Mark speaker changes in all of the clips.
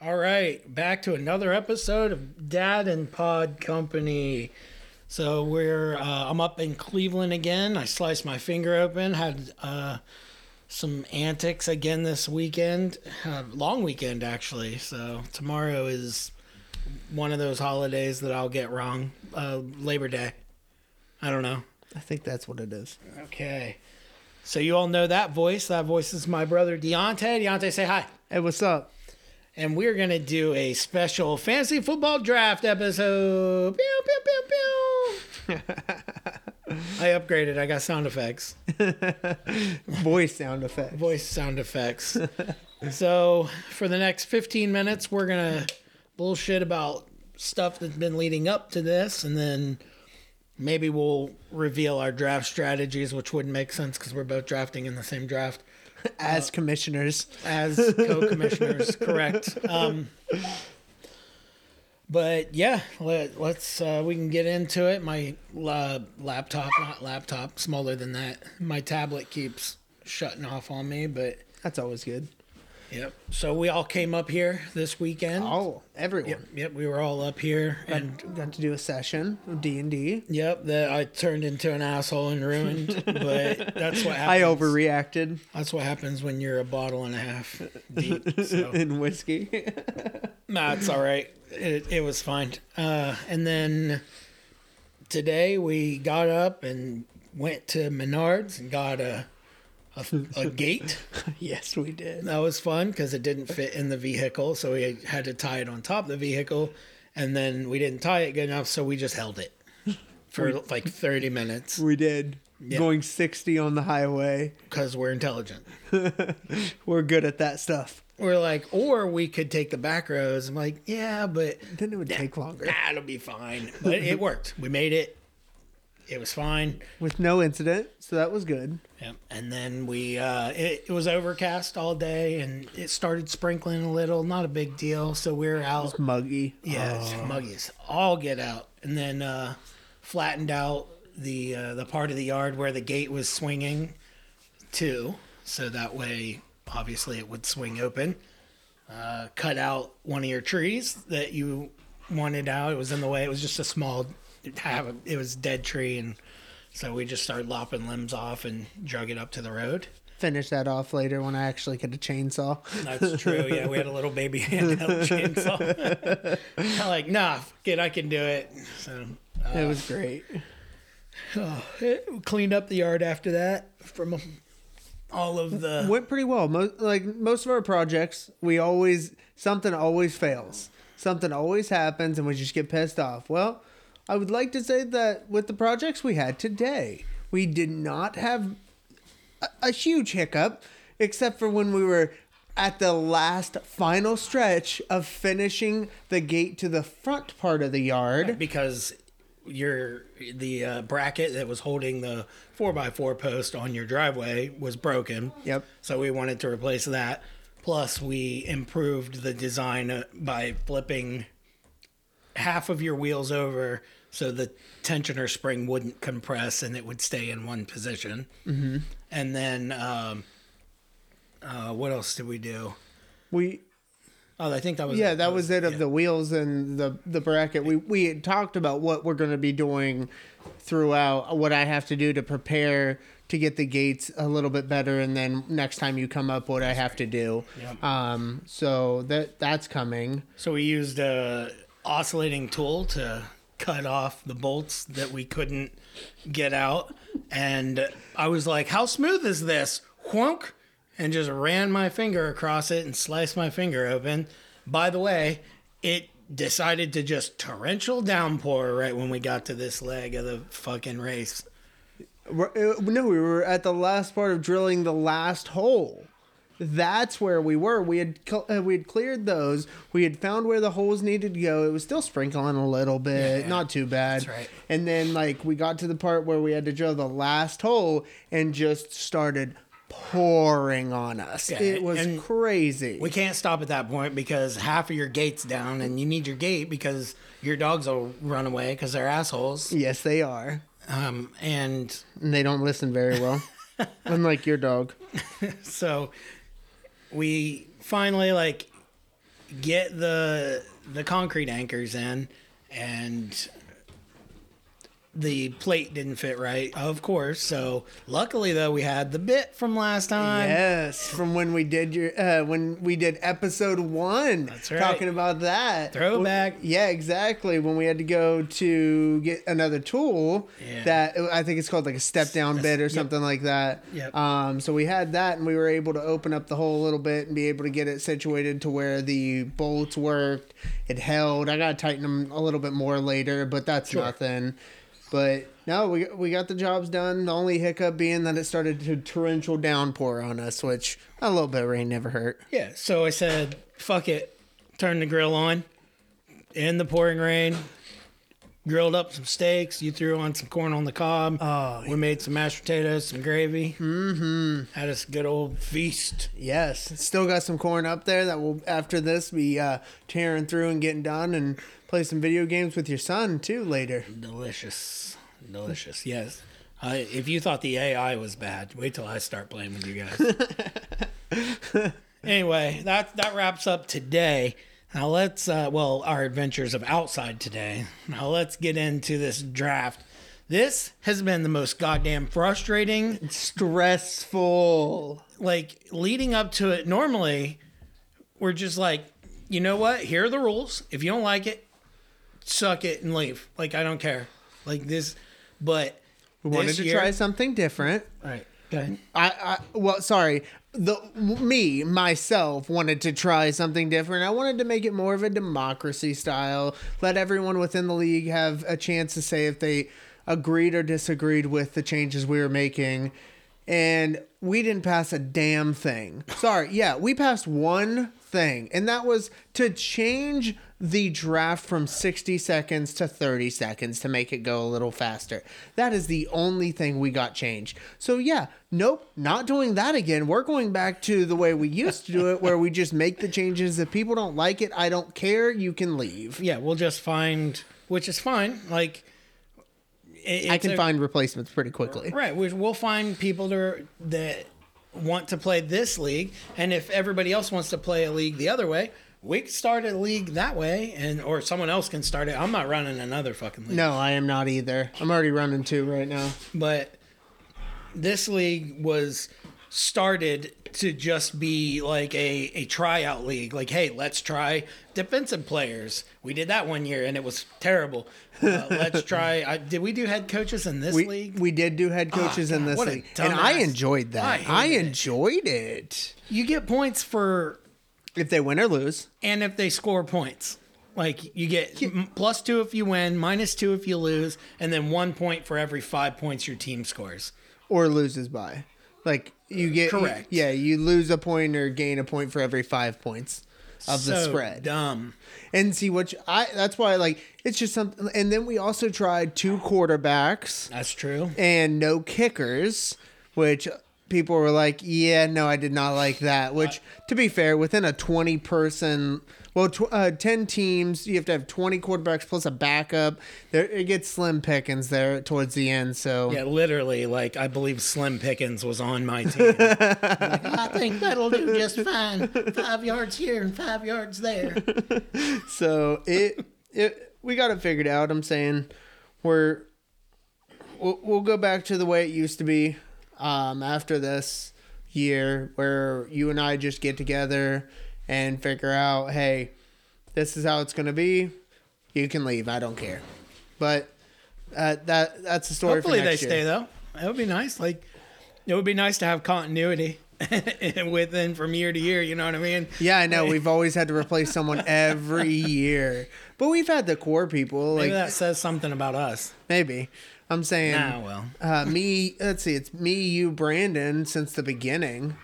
Speaker 1: All right, back to another episode of Dad and Pod Company. So we're uh, I'm up in Cleveland again. I sliced my finger open. Had uh, some antics again this weekend. Uh, long weekend actually. So tomorrow is one of those holidays that I'll get wrong. Uh, Labor Day. I don't know.
Speaker 2: I think that's what it is.
Speaker 1: Okay. So you all know that voice. That voice is my brother Deontay. Deontay, say hi.
Speaker 2: Hey, what's up?
Speaker 1: And we're gonna do a special fantasy football draft episode. Pew, pew, pew, pew. I upgraded. I got sound effects,
Speaker 2: Voice sound effect.
Speaker 1: voice sound effects. so for the next 15 minutes, we're gonna bullshit about stuff that's been leading up to this, and then maybe we'll reveal our draft strategies, which wouldn't make sense because we're both drafting in the same draft.
Speaker 2: As commissioners,
Speaker 1: as co-commissioners correct um but yeah let, let's uh we can get into it my uh, laptop not laptop smaller than that my tablet keeps shutting off on me but
Speaker 2: that's always good.
Speaker 1: yep so we all came up here this weekend
Speaker 2: Oh, everyone
Speaker 1: yep we were all up here and
Speaker 2: got to do a session of D and D.
Speaker 1: yep that i turned into an asshole and ruined but that's what happens
Speaker 2: I overreacted
Speaker 1: that's what happens when you're a bottle and a half deep so.
Speaker 2: in whiskey.
Speaker 1: Nah, it's all right. It, it was fine. Uh, and then today we got up and went to Menards and got a a, a gate.
Speaker 2: yes, we did.
Speaker 1: That was fun because it didn't fit in the vehicle, so we had to tie it on top of the vehicle. And then we didn't tie it good enough, so we just held it for like 30 minutes
Speaker 2: We did. Going 60 on the highway.
Speaker 1: because we're intelligent.
Speaker 2: We're good at that stuff.
Speaker 1: We're like, or we could take the back roads. I'm like, yeah, but
Speaker 2: Then it would take longer.
Speaker 1: nah, it'll be fine. But it worked. We made it. It was fine.
Speaker 2: With no incident, so that was good.
Speaker 1: Yep. And then we, uh, it, it was overcast all day and it started sprinkling a little, not a big deal. So we were out.
Speaker 2: Muggy.
Speaker 1: Yeah, it's muggies. All get out. And then, uh, flattened out the, uh, the part of the yard where the gate was swinging to. So that way, obviously, it would swing open. Uh, cut out one of your trees that you wanted out. It was in the way. It was just a small, it was dead tree. And so we just started lopping limbs off and drug it up to the road.
Speaker 2: Oh. Finish that off later when I actually get a chainsaw.
Speaker 1: That's true. Yeah, we had a little baby handheld chainsaw. I'm like, nah, kid, I can do it. So
Speaker 2: it was great.
Speaker 1: it cleaned up the yard after that from all of the.
Speaker 2: went pretty well. Most, like most of our projects, we always something always fails. Something always happens, and we just get pissed off. Well, I would like to say that with the projects we had today, we did not have a, a huge hiccup, except for when we were at the last final stretch of finishing the gate to the front part of the yard.
Speaker 1: because your the uh, bracket that was holding the four by four post on your driveway was broken.
Speaker 2: Yep.
Speaker 1: So we wanted to replace that. Plus, we improved the design uh, by flipping half of your wheels over so the tensioner spring wouldn't compress and it would stay in one position. Mm-hmm. And then, um, uh, what else did we do?
Speaker 2: We
Speaker 1: Oh, I think that was
Speaker 2: Yeah, that was it of the wheels and the the bracket. We we had talked about what we're going to be doing throughout what I have to do to prepare to get the gates a little bit better and then next time you come up what I have to do.
Speaker 1: Yep.
Speaker 2: Um so that that's coming.
Speaker 1: So we used a oscillating tool to cut off the bolts that we couldn't get out, and I was like, "How smooth is this?" Whunk, and just ran my finger across it and sliced my finger open. By the way, it decided to just torrential downpour right when we got to this leg of the fucking race.
Speaker 2: We're- uh, No, we were at the last part of drilling the last hole. That's where we were. We had cl- uh, we had cleared those. We had found where the holes needed to go. It was still sprinkling a little bit,
Speaker 1: Yeah.
Speaker 2: not too bad.
Speaker 1: That's right.
Speaker 2: And then like we got to the part where we had to drill the last hole and just started pouring on us.
Speaker 1: Yeah,
Speaker 2: it was
Speaker 1: and-
Speaker 2: crazy.
Speaker 1: We can't stop at that point because half of your gate's down, and you need your gate because your dogs will run away because they're assholes.
Speaker 2: yes, they are.
Speaker 1: Um, and
Speaker 2: And they don't listen very well. Unlike your dog.
Speaker 1: so we finally like get the the concrete anchors in, and the plate didn't fit right, of course. So luckily though, we had the bit from last time.
Speaker 2: Yes, from when we did your uh, when we did episode one.
Speaker 1: That's right.
Speaker 2: Talking about that
Speaker 1: Throwback.
Speaker 2: Well, yeah, exactly. When we had to go to get another tool
Speaker 1: Yeah.
Speaker 2: that Uh, I think it's called like a step down bit or something like that.
Speaker 1: Yep.
Speaker 2: Um, so we had that, and we were able to open up the hole a little bit and be able to get it situated to where the bolts worked. It held. I gotta tighten them a little bit more later, but that's nothing. But no, we we got the jobs done. The only hiccup being that it started to torrential downpour on us, which a little bit of rain never hurt.
Speaker 1: Yeah, so I said, fuck it. Turn the grill on in the pouring rain. Grilled up some steaks. You threw on some corn on the cob.
Speaker 2: Oh,
Speaker 1: we made some mashed potatoes, some gravy. Mm-hmm. Had us a good old feast.
Speaker 2: Yes, still got some corn up there that will after this be uh, tearing through and getting done and play some video games with your son too later.
Speaker 1: Delicious. Delicious, yes. I if you thought the AI was bad, wait till I start playing with you guys. anyway, that that wraps up today. Now let's uh, well our adventures of outside today. Now let's get into this draft. This has been the most goddamn frustrating
Speaker 2: Stressful.
Speaker 1: like leading up to it normally we're just like you know what here are the rules if you don't like it suck it and leave like i don't care like this but
Speaker 2: We wanted
Speaker 1: this
Speaker 2: to
Speaker 1: year-
Speaker 2: try something different.
Speaker 1: all right go ahead
Speaker 2: I, I well, sorry. The me myself wanted to try something different. I wanted to make it more of a democracy style. Let everyone within the league have a chance to say if they agreed or disagreed with the changes we were making. And we didn't pass a damn thing. Sorry, yeah, we passed one thing, and that was to change the draft from 60 seconds to 30 seconds to make it go a little faster. That is the only thing we got changed. So, yeah, nope, not doing that again. We're going back to the way we used to do it, where we just make the changes. If people don't like it, I don't care. You can leave.
Speaker 1: yeah we'll just find which is fine like it-
Speaker 2: I
Speaker 1: it's
Speaker 2: can
Speaker 1: a-
Speaker 2: find replacements pretty quickly.
Speaker 1: right we, we'll find people to, that want to play this league and if everybody else wants to play a league the other way we can start a league that way and or someone else can start it i'm not running another fucking league
Speaker 2: No, I am not either. I'm already running two right now.
Speaker 1: but this league was started to just be like a, a tryout league like hey let's try defensive players we did that one year and it was terrible uh, let's try I, did we do head coaches in this
Speaker 2: We,
Speaker 1: league Ah,
Speaker 2: we did do head coaches in
Speaker 1: God,
Speaker 2: this
Speaker 1: what a
Speaker 2: league, and I
Speaker 1: dumbass.
Speaker 2: enjoyed that.
Speaker 1: I
Speaker 2: I,
Speaker 1: hated it.
Speaker 2: enjoyed it.
Speaker 1: you get points for
Speaker 2: If they win or lose,
Speaker 1: and if they score points like you get m- plus two if you win minus two if you lose and then one point for every five points your team scores
Speaker 2: or loses by, like you get
Speaker 1: Uh, Correct.
Speaker 2: yeah, you lose a point or gain a point for every five points of the
Speaker 1: So
Speaker 2: spread.
Speaker 1: dumb
Speaker 2: And see what you- I. That's why like it's just something. And then we also tried two quarterbacks.
Speaker 1: that's true
Speaker 2: and no kickers, which people were like, yeah, no, I did not like that. Which, to be fair, within a 20 person, well, tw- uh, 10 teams, you have to have 20 quarterbacks plus a backup. There, it gets slim pickings there towards the end. So,
Speaker 1: Yeah, literally, like I believe Slim Pickens was on my team. "Oh, I think that'll do just fine. Five yards here and five yards there.
Speaker 2: so it, it, we got it figured out. I'm saying we're, we'll, we'll go back to the way it used to be um, after this year where you and I just get together and figure out, hey, this is how it's going to be. You can leave. I don't care. But uh, that that's the story
Speaker 1: Hopefully
Speaker 2: for
Speaker 1: they
Speaker 2: next
Speaker 1: stay
Speaker 2: year.
Speaker 1: though. That would be nice. Like it would be nice to have continuity within from year to year. You know what I mean?
Speaker 2: Yeah, I know. We've always had to replace someone every year. But we've had the core people. Like,
Speaker 1: Maybe that says something about us.
Speaker 2: maybe. I'm saying.
Speaker 1: Ah, well.
Speaker 2: Uh, me, let's see, it's me, you, Brandon, since the beginning.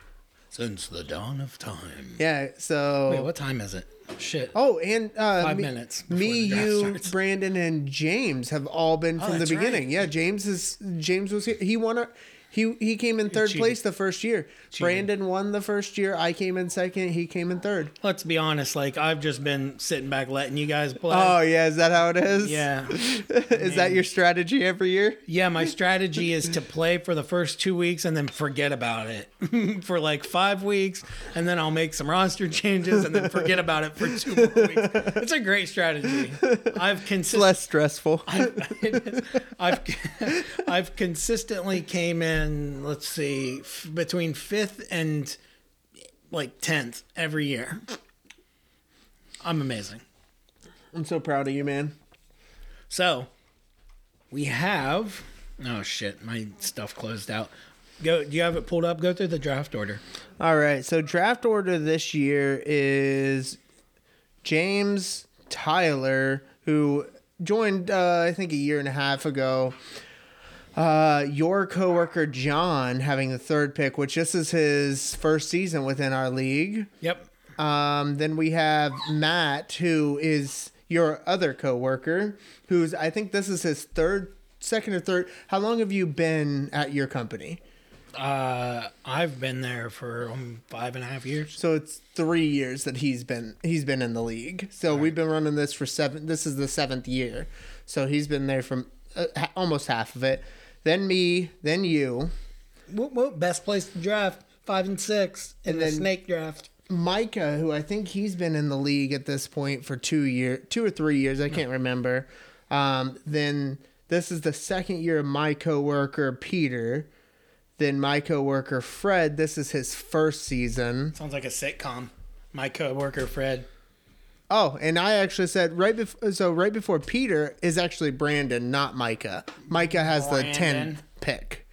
Speaker 1: Since the dawn of time.
Speaker 2: Yeah, so.
Speaker 1: Wait, what time is it? Shit.
Speaker 2: Oh, and uh,
Speaker 1: Five
Speaker 2: me,
Speaker 1: minutes before
Speaker 2: Me,
Speaker 1: the draft
Speaker 2: you,
Speaker 1: starts. Oh,
Speaker 2: Brandon, and James have all been from the
Speaker 1: that's right.
Speaker 2: beginning. Yeah, James is James was here. He won. Our, He he came in third
Speaker 1: cheated.
Speaker 2: place the first year. Brandon won the first year. I came in second. He came in third.
Speaker 1: Let's be honest. Like I've just been sitting back, letting you guys play.
Speaker 2: Oh yeah, is that how it is?
Speaker 1: yeah,
Speaker 2: is that your strategy every year?
Speaker 1: yeah. My strategy is to play for the first two weeks and then forget about it for like five weeks, and then I'll make some roster changes and then forget about it for two more weeks. It's a great strategy. I've consistently.
Speaker 2: Less stressful.
Speaker 1: I've I've consistently came in. Let's see, f- between fifth and like tenth every year. I'm amazing.
Speaker 2: I'm so proud of you, man.
Speaker 1: So we have. Oh shit, my stuff closed out. Go. Do you have it pulled up? Go through the draft order.
Speaker 2: All right, so draft order this year is James Tyler, who joined uh, I think a year and a half ago. Uh, your coworker John having the third pick, which this is his first season within our league.
Speaker 1: Yep.
Speaker 2: Um, then we have Matt, who is your other coworker, who's I think this is his third, second or third. How long have you been at your company?
Speaker 1: Uh, I've been there for um, five and a half years.
Speaker 2: So it's three years that he's been he's been in the league. So we've been running this for seven. This is the seventh year. So he's been there from uh, ha- almost half of it. Then me, then you.
Speaker 1: Whoop, whoop, best place to draft. Five and six in
Speaker 2: And
Speaker 1: the
Speaker 2: then-
Speaker 1: snake draft.
Speaker 2: Micah, who I think he's been in the league at this point for two year, two or three years, I can't remember. Um, then this is the second year of my coworker Peter. Then my coworker Fred. This is his first season.
Speaker 1: Sounds like a sitcom. My coworker Fred.
Speaker 2: Oh, and I actually said right before. So right before Peter is actually Brandon, not Micah. Micah has the
Speaker 1: Brandon.
Speaker 2: tenth pick.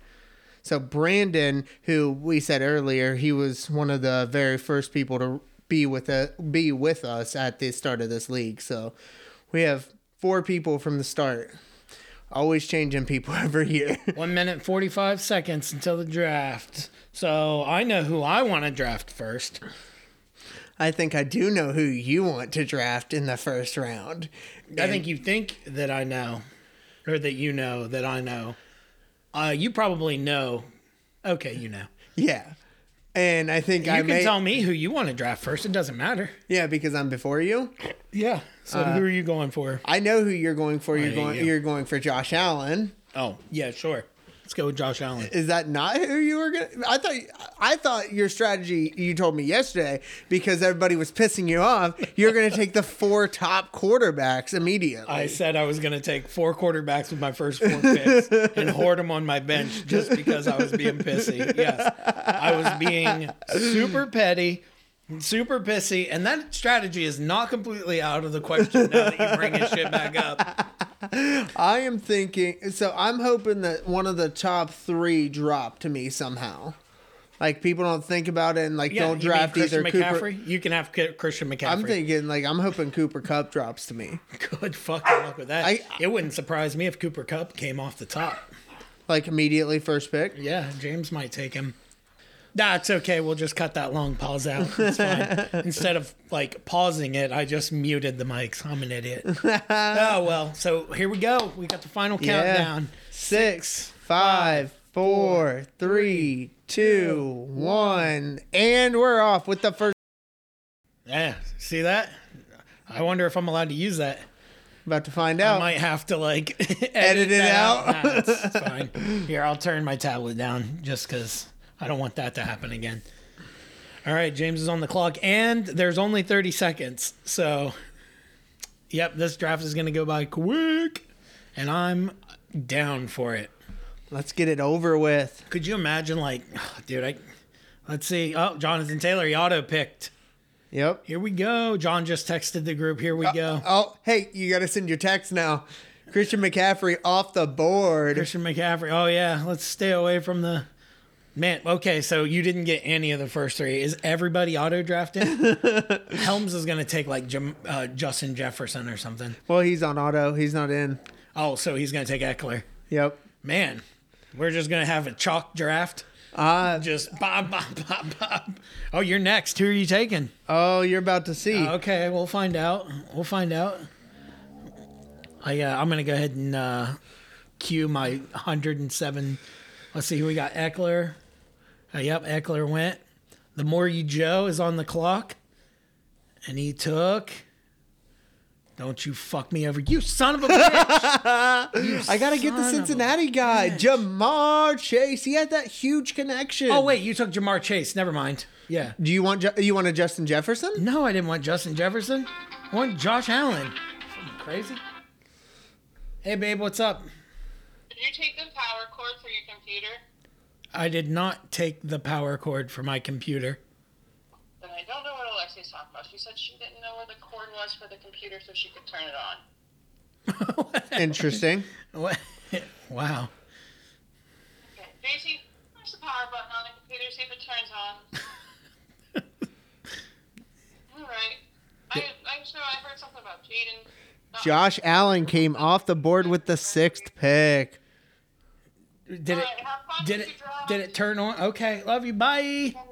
Speaker 2: So Brandon, who we said earlier, he was one of the very first people to be with a, be with us at the start of this league. So we have four people from the start. Always changing people every year.
Speaker 1: One minute forty five seconds until the draft. So I know who I want to draft first.
Speaker 2: I think I do know who you want to draft in the first round.
Speaker 1: I think you think that I know, or that you know that I know. Uh, you probably know. Okay, you know.
Speaker 2: Yeah. And I think
Speaker 1: You
Speaker 2: I
Speaker 1: can
Speaker 2: may
Speaker 1: tell me who you want to draft first. It doesn't matter. Uh,
Speaker 2: Yeah, because I'm before you.
Speaker 1: Yeah. So who are you going for?
Speaker 2: I know who you're going for. You're
Speaker 1: yeah,
Speaker 2: going.
Speaker 1: yeah.
Speaker 2: You're going for Josh Allen.
Speaker 1: Oh, yeah, sure. Let's go with Josh Allen.
Speaker 2: Is that not who you were going? to I thought. I thought your strategy. You told me yesterday because everybody was pissing you off. You're going to take the four top quarterbacks immediately.
Speaker 1: I said I was going to take four quarterbacks with my first four picks and hoard them on my bench just because I was being pissy. Yes, I was being super petty, super pissy, and that strategy is not completely out of the question now that you bring this shit back up.
Speaker 2: I am thinking. So I'm hoping that one of the top three drop to me somehow. Like people don't think about it and like
Speaker 1: Yeah,
Speaker 2: don't
Speaker 1: you mean
Speaker 2: draft either.
Speaker 1: Christian
Speaker 2: Cooper.
Speaker 1: McCaffrey. You can have K- Christian McCaffrey.
Speaker 2: I'm thinking like I'm hoping Cooper Cup drops to me.
Speaker 1: Good fucking luck with that.
Speaker 2: I-
Speaker 1: it wouldn't surprise me if Cooper Cup came off the top.
Speaker 2: Like immediately first pick.
Speaker 1: Yeah, James might take him. Nah, it's okay. We'll just cut that long pause out. It's fine. Instead of like pausing it, I just muted the mics. I'm an idiot. oh well. So here we go. We got the final countdown.
Speaker 2: Six, five, four, three, two, one, and we're off with the first.
Speaker 1: Yeah. See that? I wonder if I'm allowed to use that.
Speaker 2: About to find
Speaker 1: I
Speaker 2: out.
Speaker 1: might have to like edit,
Speaker 2: it
Speaker 1: that
Speaker 2: out.
Speaker 1: Nah, it's, it's fine. Here, I'll turn my tablet down just because I don't want that to happen again. All right, James is on the clock, and there's only 30 seconds. So, yep, this draft is going to go by quick, and I'm down for it.
Speaker 2: Let's get it over with.
Speaker 1: Could you imagine, like, dude, I. Let's see. Oh, Jonathan Taylor, he auto picked.
Speaker 2: Yep.
Speaker 1: Here we go. John just texted the group. Here we go.
Speaker 2: Oh, hey, you got to send your text now. Christian McCaffrey off the board.
Speaker 1: Christian McCaffrey. Oh yeah, let's stay away from the man. Okay, so you didn't get any of the first three. Is everybody auto drafting? Helms is going to take like Jim, uh, Justin Jefferson or something.
Speaker 2: Well, he's on auto. He's not in.
Speaker 1: Oh, so he's going to take Eckler.
Speaker 2: Yep.
Speaker 1: Man, we're just going to have a chalk draft.
Speaker 2: Uh,
Speaker 1: Just bob, bob, bob, bob. Oh, you're next. Who are you taking?
Speaker 2: oh, you're about to see.
Speaker 1: Okay, we'll find out. We'll find out. I uh, I'm gonna go ahead and uh, cue my 107 Let's see. We got Eckler. Uh, yep, Eckler went. The more you Joe is on the clock, and he took. Don't you fuck me over, you son of a bitch!
Speaker 2: I gotta get the
Speaker 1: son of a
Speaker 2: Cincinnati guy, Jamar Chase. He had that huge connection.
Speaker 1: oh wait, you took Jamar Chase. Never mind. Yeah.
Speaker 2: do you want Ju- you want a Justin Jefferson?
Speaker 1: No, I didn't want Justin Jefferson. I want Josh Allen. Fucking crazy. Hey babe, what's up?
Speaker 3: Did you take the power cord for your computer?
Speaker 1: I did not take the power cord for my computer.
Speaker 3: Then I don't know what Alexia's talking about. She said she didn't know where the cord was for the computer so she could turn it on.
Speaker 2: Interesting.
Speaker 1: What? wow.
Speaker 3: Okay. Daisy, push the power button on the computer, see if it turns on. Alright. I, I'm sure I heard something about Jaden. Not-
Speaker 2: Josh Allen came off the board with the sixth pick.
Speaker 1: Did it?
Speaker 3: Alright, have fun
Speaker 1: Did
Speaker 3: with
Speaker 1: it?
Speaker 3: your drawing.
Speaker 1: Did it turn on? Okay. Love you. Bye.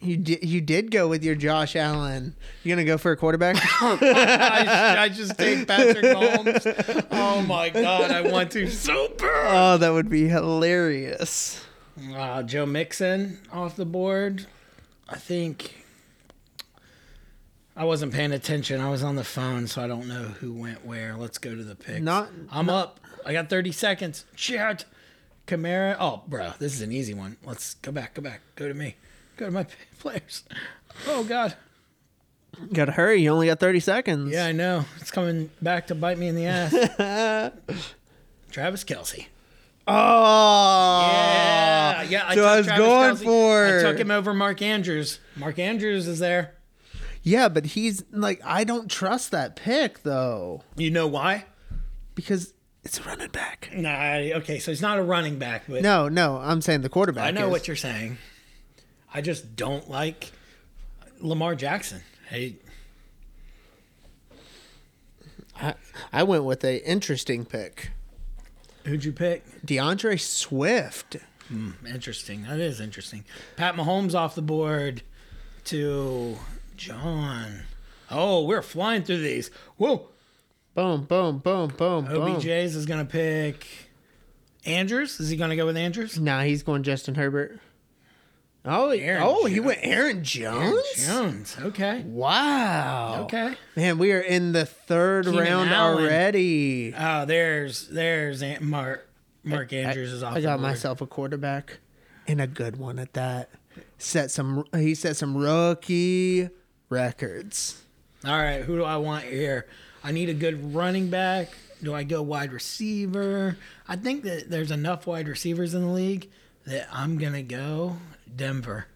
Speaker 2: You did you did go with your Josh Allen. You gonna go for a quarterback?
Speaker 1: I, I just take Patrick Mahomes. Oh my god, I want to so bad.
Speaker 2: oh, that would be hilarious.
Speaker 1: Uh, Joe Mixon off the board. I think I wasn't paying attention. I was on the phone, so I don't know who went where. Let's go to the picks.
Speaker 2: Not-
Speaker 1: I'm up. I got 30 seconds. Shit. Kamara. Oh, bro, this is an easy one. Let's go back. Go back. Go to me. Go to my players. Oh god.
Speaker 2: Gotta hurry. You only got thirty seconds.
Speaker 1: Yeah, I know. It's coming back to bite me in the ass. Travis Kelsey.
Speaker 2: Oh.
Speaker 1: Yeah, yeah. I
Speaker 2: So
Speaker 1: took
Speaker 2: I was
Speaker 1: Travis
Speaker 2: going
Speaker 1: Kelce.
Speaker 2: for-
Speaker 1: I took him over Mark Andrews. Mark Andrews is there.
Speaker 2: Yeah, but he's like I don't trust that pick though
Speaker 1: You know why?
Speaker 2: because it's a running back.
Speaker 1: Nah. I- Okay, so he's not a running back, but
Speaker 2: No, no, I'm saying the quarterback.
Speaker 1: I know
Speaker 2: is.
Speaker 1: what you're saying. I just don't like Lamar Jackson. Hey,
Speaker 2: I, I went with a interesting pick,
Speaker 1: who'd you pick?
Speaker 2: DeAndre Swift.
Speaker 1: Interesting. That is interesting. Pat Mahomes off the board to John. Oh, we're flying through these. Whoa.
Speaker 2: Boom, boom, boom, boom, boom.
Speaker 1: OBJ's is going to pick Andrews. Is he going to go with Andrews?
Speaker 2: Nah, he's going Justin Herbert. Oh,
Speaker 1: Aaron
Speaker 2: oh, he
Speaker 1: Jones.
Speaker 2: went Aaron Jones.
Speaker 1: Jones. Okay.
Speaker 2: Wow.
Speaker 1: Okay.
Speaker 2: Man, we are in the third
Speaker 1: Keenan
Speaker 2: round
Speaker 1: Allen.
Speaker 2: already.
Speaker 1: Oh, there's there's Aunt Mark. Mark Andrews is off.
Speaker 2: I
Speaker 1: the
Speaker 2: got
Speaker 1: board.
Speaker 2: myself a quarterback, and a good one at that. Set some. He set some rookie records.
Speaker 1: All right. Who do I want here? I need a good running back. Do I go wide receiver? I think that there's enough wide receivers in the league that I'm gonna go Denver.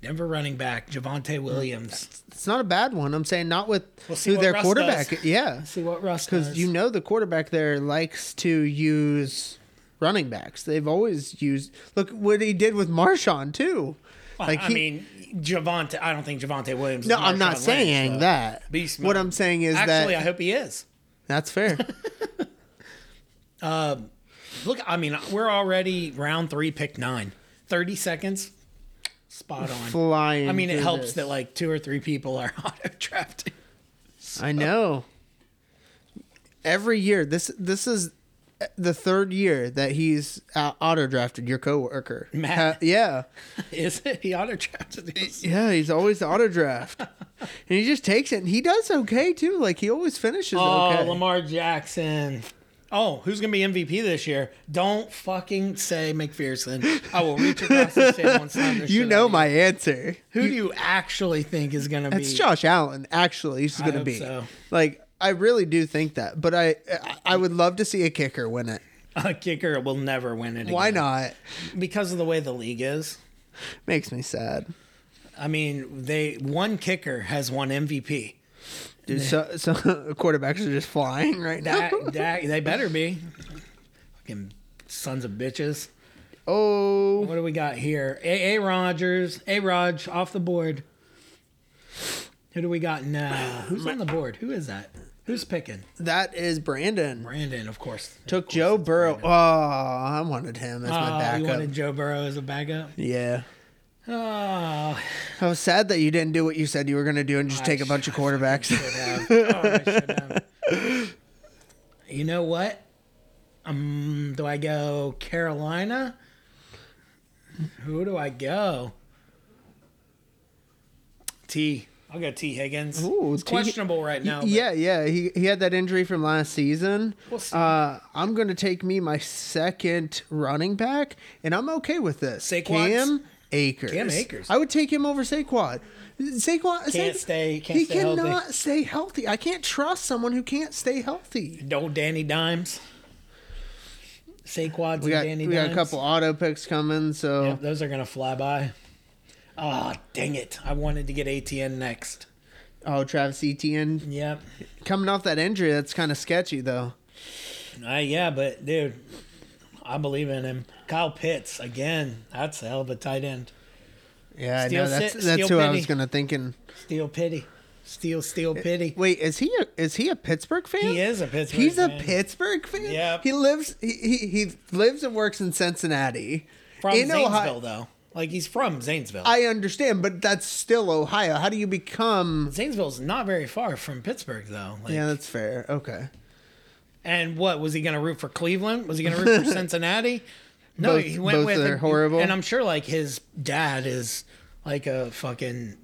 Speaker 1: Denver running back Javante
Speaker 2: Hmm.
Speaker 1: Williams.
Speaker 2: It's not a bad one. I'm saying not with
Speaker 1: We'll see
Speaker 2: who
Speaker 1: what
Speaker 2: their
Speaker 1: Russ
Speaker 2: quarterback.
Speaker 1: does.
Speaker 2: Yeah,
Speaker 1: See what Russ
Speaker 2: because
Speaker 1: does.
Speaker 2: you know the quarterback there likes to use running backs. They've always used. Look what he did with Marshawn too. Like
Speaker 1: I
Speaker 2: he,
Speaker 1: mean, Javante. I don't think Javante Williams.
Speaker 2: no,
Speaker 1: is
Speaker 2: I'm
Speaker 1: Marshawn
Speaker 2: not
Speaker 1: Lynch,
Speaker 2: saying
Speaker 1: though.
Speaker 2: that.
Speaker 1: Be smart.
Speaker 2: What I'm saying is
Speaker 1: Actually,
Speaker 2: that
Speaker 1: I hope he is.
Speaker 2: that's fair.
Speaker 1: Look, I mean, we're already round three, pick nine. 30 seconds, spot on.
Speaker 2: Flying.
Speaker 1: I mean, it
Speaker 2: through
Speaker 1: helps
Speaker 2: this.
Speaker 1: that like two or three people are auto trapped.
Speaker 2: I know.
Speaker 1: uh,
Speaker 2: Every year, this this is uh, the third year that he's uh, auto drafted your coworker.
Speaker 1: Matt.
Speaker 2: Ha- yeah,
Speaker 1: Is it? He auto trapped.
Speaker 2: yeah, he's always the auto draft, and he just takes it. And he does okay too. Like he always finishes
Speaker 1: Oh,
Speaker 2: okay.
Speaker 1: Lamar Jackson. Oh, who's gonna be MVP this year? Don't fucking say McPherson. I will reach across the table and slap the
Speaker 2: you
Speaker 1: shit out
Speaker 2: know
Speaker 1: of
Speaker 2: my answer.
Speaker 1: Who do you actually think is gonna
Speaker 2: It's
Speaker 1: be?
Speaker 2: Josh Allen. Actually, he's going to
Speaker 1: hope
Speaker 2: be
Speaker 1: so.
Speaker 2: like I really do think that, but I I- I would love to see a kicker win it.
Speaker 1: A kicker will never win it.
Speaker 2: Why
Speaker 1: again.
Speaker 2: not?
Speaker 1: Because of the way the league is.
Speaker 2: Makes me sad.
Speaker 1: I mean, they one kicker has one MVP.
Speaker 2: Dude, so, so quarterbacks are just flying right now.
Speaker 1: That, that, they better be. Fucking sons of bitches.
Speaker 2: Oh,
Speaker 1: What do we got here? A. A. Rogers. A. Raj off the board. Who do we got now? Who's on the board? Who is that? Who's picking?
Speaker 2: that is Brandon.
Speaker 1: Brandon, of course.
Speaker 2: Took Joe Burrow. Oh, I wanted him as my
Speaker 1: Oh, you
Speaker 2: backup.
Speaker 1: wanted Joe Burrow as a backup?
Speaker 2: Yeah.
Speaker 1: Oh,
Speaker 2: I was sad that you didn't do what you said you were going to do and just take a bunch of quarterbacks.
Speaker 1: should have. Oh, I should have. You know what? Um, do I go Carolina? Who do I go? T. I'll go T Higgins.
Speaker 2: Ooh,
Speaker 1: it's
Speaker 2: T-
Speaker 1: questionable right now. but-
Speaker 2: yeah, yeah. He he had that injury from last season.
Speaker 1: We'll see.
Speaker 2: Uh, I'm going to take me my second running back, and I'm okay with this.
Speaker 1: Saquon's-
Speaker 2: Cam Akers.
Speaker 1: Cam Akers.
Speaker 2: I would take him over Saquon. Saquon
Speaker 1: Can't
Speaker 2: Sa-
Speaker 1: stay- can't
Speaker 2: he
Speaker 1: stay healthy.
Speaker 2: cannot stay healthy. I can't trust someone who can't stay healthy.
Speaker 1: Old Danny Dimes. Saquads
Speaker 2: We got
Speaker 1: and Danny
Speaker 2: we got
Speaker 1: Dimes.
Speaker 2: a couple auto picks coming, so
Speaker 1: Yep, those are gonna fly by. Ah, dang it! I wanted to get ATN next.
Speaker 2: oh Travis Etienne
Speaker 1: Yep.
Speaker 2: coming off that injury. That's kind of sketchy though.
Speaker 1: Uh, yeah, but dude, I believe in him. Kyle Pitts again. That's a hell of a tight end.
Speaker 2: Yeah,
Speaker 1: Steal
Speaker 2: I know that's
Speaker 1: sit-
Speaker 2: that's who
Speaker 1: steal
Speaker 2: I
Speaker 1: penny.
Speaker 2: was going to thinking.
Speaker 1: Steel pity. Steel steel
Speaker 2: Eh,
Speaker 1: pity.
Speaker 2: Wait, is he a, is he a Pittsburgh fan?
Speaker 1: He is a Pittsburgh.
Speaker 2: He's a
Speaker 1: fan.
Speaker 2: Pittsburgh fan.
Speaker 1: Yep.
Speaker 2: He lives. He, he he lives and works in Cincinnati.
Speaker 1: from
Speaker 2: in
Speaker 1: Zanesville
Speaker 2: Ohio,
Speaker 1: though. Like he's from Zanesville.
Speaker 2: I understand, but that's still Ohio. How do you become?
Speaker 1: Zanesville's not very far from Pittsburgh though. Like,
Speaker 2: Yeah, that's fair. Okay.
Speaker 1: And what was he going to root for? Cleveland? Was he going to root for Cincinnati? No,
Speaker 2: Both-
Speaker 1: he went
Speaker 2: both
Speaker 1: with.
Speaker 2: are horrible.
Speaker 1: And I'm sure like his dad is like a fucking.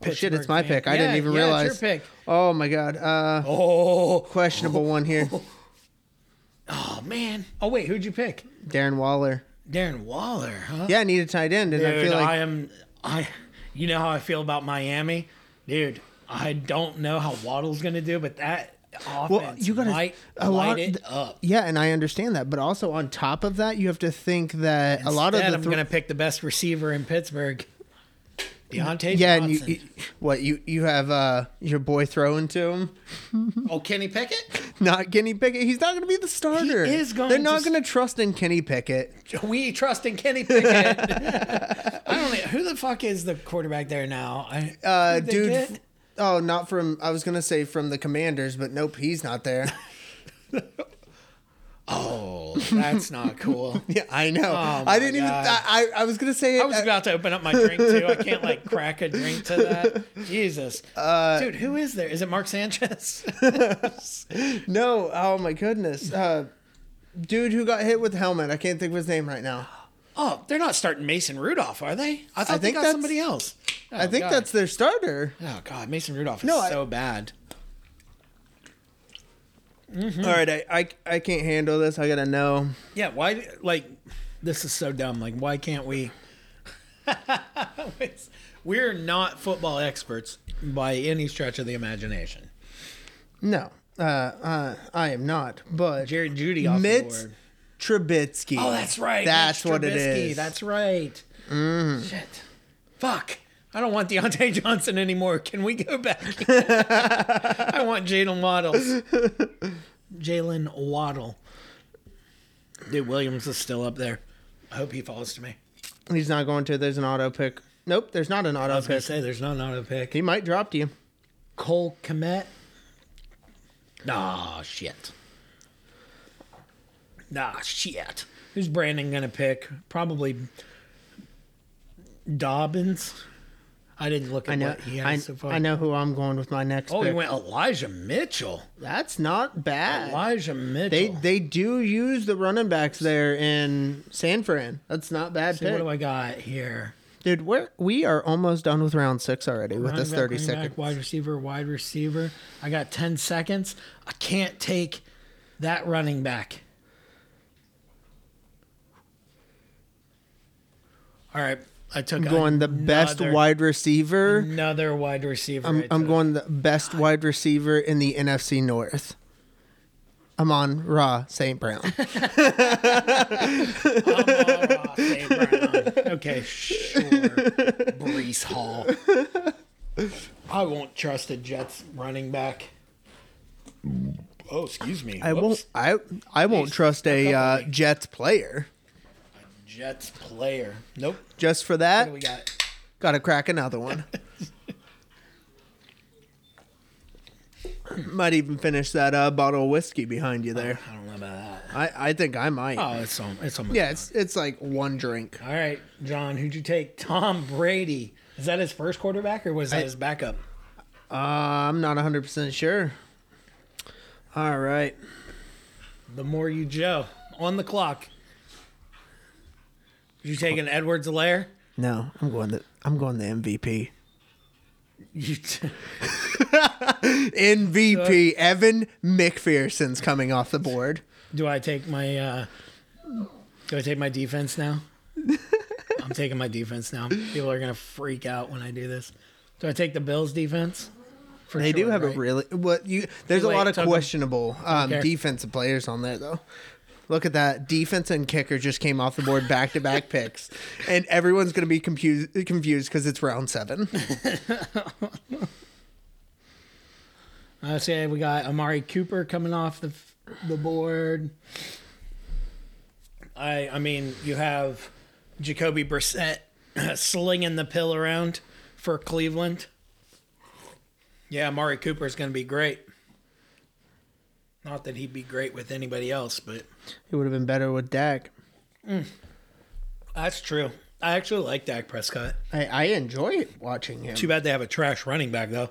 Speaker 2: Oh, shit, it's
Speaker 1: Pittsburgh
Speaker 2: my
Speaker 1: fan.
Speaker 2: pick. I
Speaker 1: Yeah,
Speaker 2: didn't even
Speaker 1: yeah,
Speaker 2: realize.
Speaker 1: It's your pick.
Speaker 2: Oh my god. Uh,
Speaker 1: Oh,
Speaker 2: questionable one here.
Speaker 1: oh man. Oh wait, who'd you pick?
Speaker 2: Darren Waller.
Speaker 1: Darren Waller, huh?
Speaker 2: Yeah, I need a tight end, and I
Speaker 1: Dude,
Speaker 2: feel like
Speaker 1: I am. I, you know how I feel about Miami, dude. I don't know how Waddle's gonna do, but that offense
Speaker 2: you gotta-
Speaker 1: might
Speaker 2: a
Speaker 1: light
Speaker 2: lot-
Speaker 1: it
Speaker 2: th-
Speaker 1: up.
Speaker 2: yeah, and I understand that, but also on top of that, you have to think that a lot of
Speaker 1: Instead,
Speaker 2: the
Speaker 1: I'm
Speaker 2: thro-
Speaker 1: gonna pick the best receiver in Pittsburgh, Deontay
Speaker 2: yeah,
Speaker 1: Johnson.
Speaker 2: and you, you what you you have uh your boy throwing to him.
Speaker 1: oh, Kenny Pickett.
Speaker 2: not Kenny Pickett. He's not going to be the starter.
Speaker 1: is going
Speaker 2: They're
Speaker 1: to
Speaker 2: not
Speaker 1: s-
Speaker 2: going to trust in Kenny Pickett.
Speaker 1: We trust in Kenny Pickett. I don't know who the fuck is the quarterback there now. I,
Speaker 2: Uh,
Speaker 1: who'd they
Speaker 2: dude.
Speaker 1: get?
Speaker 2: Oh, not from. I was going to say from the Commanders, but nope, he's not there.
Speaker 1: Oh, that's not cool.
Speaker 2: yeah, I know.
Speaker 1: Oh my
Speaker 2: I didn't even.
Speaker 1: God.
Speaker 2: I, I I was going to say it. uh,
Speaker 1: I was about to open up my drink too. I can't like crack a drink to that. Jesus,
Speaker 2: Uh,
Speaker 1: dude, who is there? Is it Mark Sanchez?
Speaker 2: no. Oh my goodness. Uh, dude who got hit with the helmet. I can't think of his name right now.
Speaker 1: oh, they're not starting Mason Rudolph, are they? I thought they
Speaker 2: think
Speaker 1: got
Speaker 2: that's-
Speaker 1: somebody else.
Speaker 2: I think
Speaker 1: Oh God.
Speaker 2: that's their starter.
Speaker 1: Oh God, Mason Rudolph is
Speaker 2: No, I-
Speaker 1: so bad. Mm-hmm.
Speaker 2: All right, I, I I can't handle this. I gotta know.
Speaker 1: Yeah, why? Like, this is so dumb. Like, why can't we? It's- We're not football experts by any stretch of the imagination.
Speaker 2: No, uh, uh, I am not. But
Speaker 1: Jared Judy off the
Speaker 2: Mitz
Speaker 1: board.
Speaker 2: Trubisky.
Speaker 1: Oh, that's right.
Speaker 2: That's
Speaker 1: Mitch
Speaker 2: what it
Speaker 1: Trubisky,
Speaker 2: is.
Speaker 1: That's right. Shit. Fuck. I don't want Deontay Johnson anymore. Can we go back? I want Jalen Waddles. Jalen Waddle. Dude, Williams is still up there. I hope he falls to me.
Speaker 2: He's not going to. There's an auto pick. Nope, there's not an
Speaker 1: I
Speaker 2: auto
Speaker 1: was going to
Speaker 2: pick.
Speaker 1: say, there's not an auto pick.
Speaker 2: He might drop to you.
Speaker 1: Cole Komet. Nah, shit. Nah, shit. Who's Brandon going to pick? Probably Dobbins. I didn't look at
Speaker 2: I know.
Speaker 1: what he has
Speaker 2: I,
Speaker 1: so far.
Speaker 2: I know who I'm going with my next.
Speaker 1: Oh, he
Speaker 2: pick.
Speaker 1: went Elijah Mitchell.
Speaker 2: That's not bad.
Speaker 1: Elijah Mitchell.
Speaker 2: Uh, They they do use the running backs there in San Fran. That's not bad
Speaker 1: See, what
Speaker 2: pick,
Speaker 1: do I got here?
Speaker 2: dude. We're we are almost done with round six already with
Speaker 1: Running
Speaker 2: this
Speaker 1: back,
Speaker 2: thirty
Speaker 1: running
Speaker 2: second.
Speaker 1: back, wide receiver, wide receiver. I got 10 seconds. I can't take that running back. All right. I took
Speaker 2: I'm going the best
Speaker 1: another-
Speaker 2: wide receiver.
Speaker 1: Another wide receiver.
Speaker 2: I'm,
Speaker 1: I
Speaker 2: I'm
Speaker 1: took.
Speaker 2: going the best wide receiver in the NFC North. I'm on Raw St. Brown.
Speaker 1: Amon-Ra St. Brown. Okay, sure. Brees Hall. I won't trust a Jets running back. Oh, excuse me.
Speaker 2: I
Speaker 1: Whoops.
Speaker 2: won't. I I won't
Speaker 1: Jeez,
Speaker 2: trust a
Speaker 1: a
Speaker 2: uh,
Speaker 1: couple of-
Speaker 2: Jets player.
Speaker 1: Jets player. Nope.
Speaker 2: Just for
Speaker 1: What do
Speaker 2: that,
Speaker 1: we got?
Speaker 2: got to crack another one. might even finish that uh, bottle of whiskey behind you there.
Speaker 1: I don't know about that.
Speaker 2: I, I think I might.
Speaker 1: Oh, it's almost, it's almost.
Speaker 2: yeah, it's it's like one drink.
Speaker 1: All right, John, who'd you take? Tom Brady. Is that his first quarterback or was that his backup?
Speaker 2: Uh, I'm not 100 percent sure. All right,
Speaker 1: The more you Joe on the clock. You taking Edwards Alaire?
Speaker 2: No, I'm going the I'm going the MVP.
Speaker 1: You t-
Speaker 2: MVP Evan McPherson's coming off the board.
Speaker 1: do I take my uh, do I take my defense now? I'm taking my defense now. People are gonna freak out when I do this. Do I take the Bills defense? For
Speaker 2: They do
Speaker 1: sure,
Speaker 2: have
Speaker 1: right?
Speaker 2: a really what you. There's a
Speaker 1: Wait,
Speaker 2: lot of
Speaker 1: talk-
Speaker 2: questionable um,
Speaker 1: care.
Speaker 2: defensive players on there though. Look at that defense and kicker just came off the board back to back picks, and everyone's gonna be confused confused because it's round seven.
Speaker 1: I say we got Amari Cooper coming off the the board. I I mean you have Jacoby Brissett slinging the pill around for Cleveland. Yeah, Amari Cooper is going to be great. Not that he'd be great with anybody else, but
Speaker 2: It would have been better with Dak.
Speaker 1: that's true. I actually like Dak Prescott.
Speaker 2: I, I enjoy watching him.
Speaker 1: Too bad they have a trash running back though.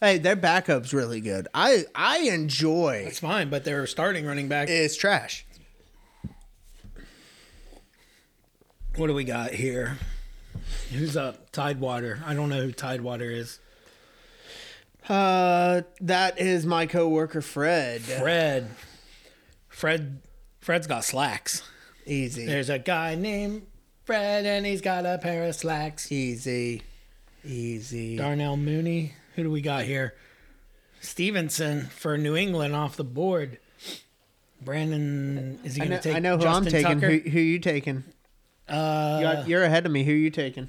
Speaker 2: Hey, their backup's really good. I I enjoy.
Speaker 1: It's fine, but their starting running back.
Speaker 2: It's trash.
Speaker 1: What do we got here? Who's up? Tidewater. I don't know who Tidewater is.
Speaker 2: Uh, that is my coworker Fred.
Speaker 1: Fred. Fred. Fred's got slacks.
Speaker 2: Easy,
Speaker 1: There's a guy named Fred, and he's got a pair of slacks.
Speaker 2: easy, easy.
Speaker 1: Darnell Mooney. Who do we got here? Stevenson for New England off the board. Brandon is he
Speaker 2: I
Speaker 1: going
Speaker 2: know,
Speaker 1: to take?
Speaker 2: I know who
Speaker 1: Justin
Speaker 2: I'm taking.
Speaker 1: Tucker?
Speaker 2: Who, who you taking?
Speaker 1: uh,
Speaker 2: You got- You're ahead of me. Who you taking?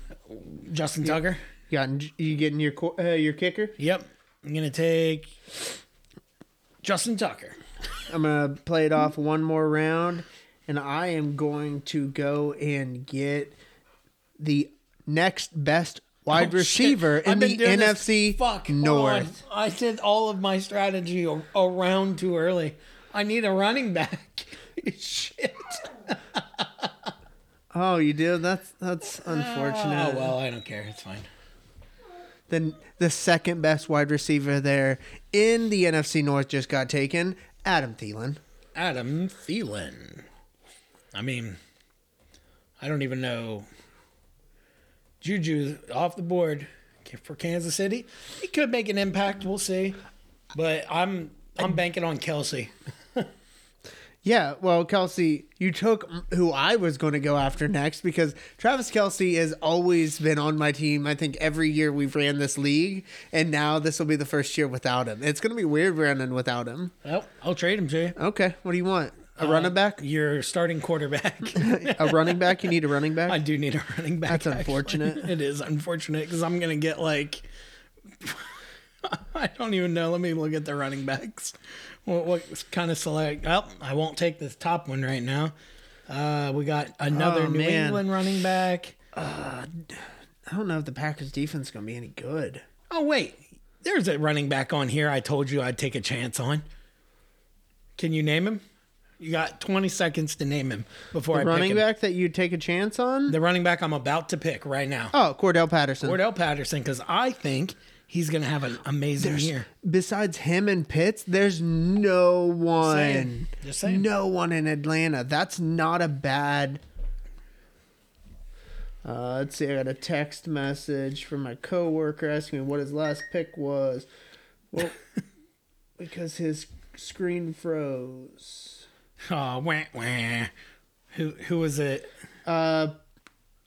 Speaker 1: Justin Tucker.
Speaker 2: You got you getting your co- uh, your kicker?
Speaker 1: Yep. I'm going to take Justin Tucker.
Speaker 2: I'm gonna play it off one more round, and I am going to go and get the next best wide
Speaker 1: Oh,
Speaker 2: receiver
Speaker 1: shit.
Speaker 2: in
Speaker 1: I've
Speaker 2: the
Speaker 1: been doing this-
Speaker 2: NFC
Speaker 1: Fuck, hold
Speaker 2: North.
Speaker 1: on. I did all of my strategy a, a round too early. I need a running back. Shit.
Speaker 2: Oh, you do? That's that's unfortunate.
Speaker 1: Oh well, I don't care. It's fine.
Speaker 2: the the second best wide receiver there in the NFC North just got taken, Adam Thielen.
Speaker 1: Adam Thielen. I mean, I don't even know. Juju off the board for Kansas City. He could make an impact. We'll see. But I'm I'm banking on Kelsey.
Speaker 2: Yeah, well, Kelsey, you took who I was going to go after next because Travis Kelsey has always been on my team. I think every year we've ran this league, and now this will be the first year without him. It's going to be weird running without him.
Speaker 1: Well, I'll trade him to you.
Speaker 2: Okay, what do you want? A running back?
Speaker 1: Your starting quarterback.
Speaker 2: A running back? You need a running
Speaker 1: I
Speaker 2: back?
Speaker 1: do need a running back.
Speaker 2: That's unfortunate.
Speaker 1: actually. It is unfortunate because I'm gonna get like I don't even know. Let me look at the running backs. What, what kind of select? Well, I won't take this top one right now. Uh, we got another
Speaker 2: Oh,
Speaker 1: New
Speaker 2: man.
Speaker 1: England running back.
Speaker 2: I don't know if the Packers defense is going to be any good.
Speaker 1: Oh wait, there's a running back on here. I told you I'd take a chance on. Can you name him? You got 20 seconds to name him before I
Speaker 2: A
Speaker 1: pick
Speaker 2: running
Speaker 1: him.
Speaker 2: back that you'd take a chance on?
Speaker 1: The running back I'm about to pick right now.
Speaker 2: Oh, Cordell Patterson.
Speaker 1: Cordell Patterson because I think he's going to have an amazing year.
Speaker 2: besides him and Pitts, there's no one.
Speaker 1: saying. Just saying.
Speaker 2: No one in Atlanta. That's not a bad. Uh, let's see. I got a text message from my coworker asking me what his last pick was. Well, because his screen froze.
Speaker 1: Oh, wah, wah. Who who is it?
Speaker 2: Uh,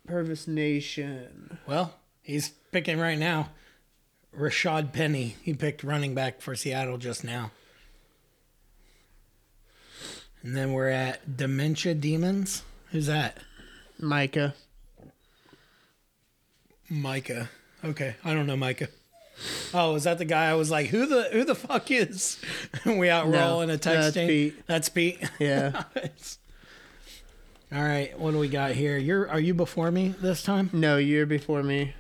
Speaker 2: Purvis Nation.
Speaker 1: Well, he's picking right now. Rashad Penny. He picked running back for Seattle just now. And then we're at Dementia Demons. Who's that?
Speaker 2: Micah.
Speaker 1: Micah. Okay, I don't know Micah. Oh, is that the guy I was like, who the who the fuck is? we out
Speaker 2: No,
Speaker 1: rolling a text
Speaker 2: that's
Speaker 1: chain.
Speaker 2: Pete.
Speaker 1: That's Pete.
Speaker 2: Yeah.
Speaker 1: It's- All right, what do we got here? You're are you before me this time?
Speaker 2: no, year before me.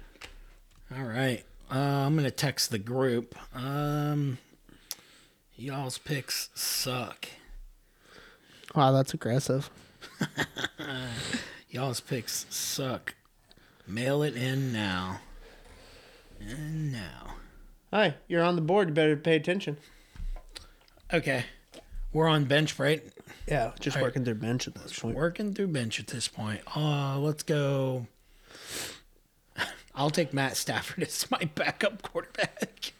Speaker 1: All right, uh, I'm gonna text the group. Um, y'all's picks suck.
Speaker 2: Wow, that's aggressive.
Speaker 1: Y'all's picks suck. Mail it in now. And now.
Speaker 2: Hi, you're on the board. You better pay attention.
Speaker 1: Okay. We're on bench, right?
Speaker 2: Yeah, just
Speaker 1: Right.
Speaker 2: working through bench at this point.
Speaker 1: Working through bench at this point. Uh, let's go. I'll take Matt Stafford as my backup quarterback.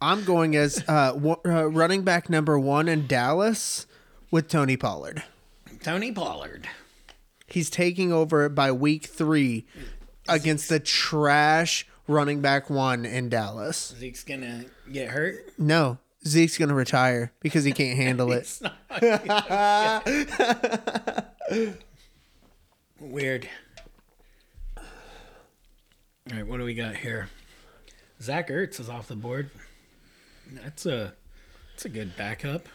Speaker 2: I'm going as uh, wa- uh, running back number one in Dallas with Tony Pollard.
Speaker 1: Tony Pollard.
Speaker 2: He's taking over by week three against the trash running back one in Dallas.
Speaker 1: Zeke's gonna get hurt.
Speaker 2: No, Zeke's going to retire because he can't handle it.
Speaker 1: It's not Weird. All right, what do we got here? Zach Ertz is off the board. That's a that's a good backup.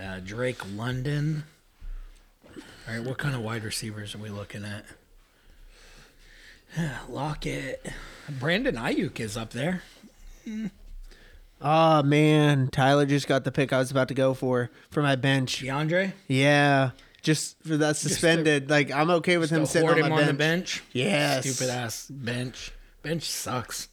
Speaker 1: Uh, Drake London. All right, what kind of wide receivers are we looking at? Lockett. Brandon Ayuk is up there.
Speaker 2: Oh, man. Tyler just got the pick I was about to go for for my bench.
Speaker 1: DeAndre.
Speaker 2: Yeah. Just for that suspended. like, I'm okay with him
Speaker 1: Go
Speaker 2: sitting on,
Speaker 1: hoard
Speaker 2: my
Speaker 1: him
Speaker 2: bench.
Speaker 1: on the bench.
Speaker 2: Yes.
Speaker 1: Stupid ass bench. Bench sucks.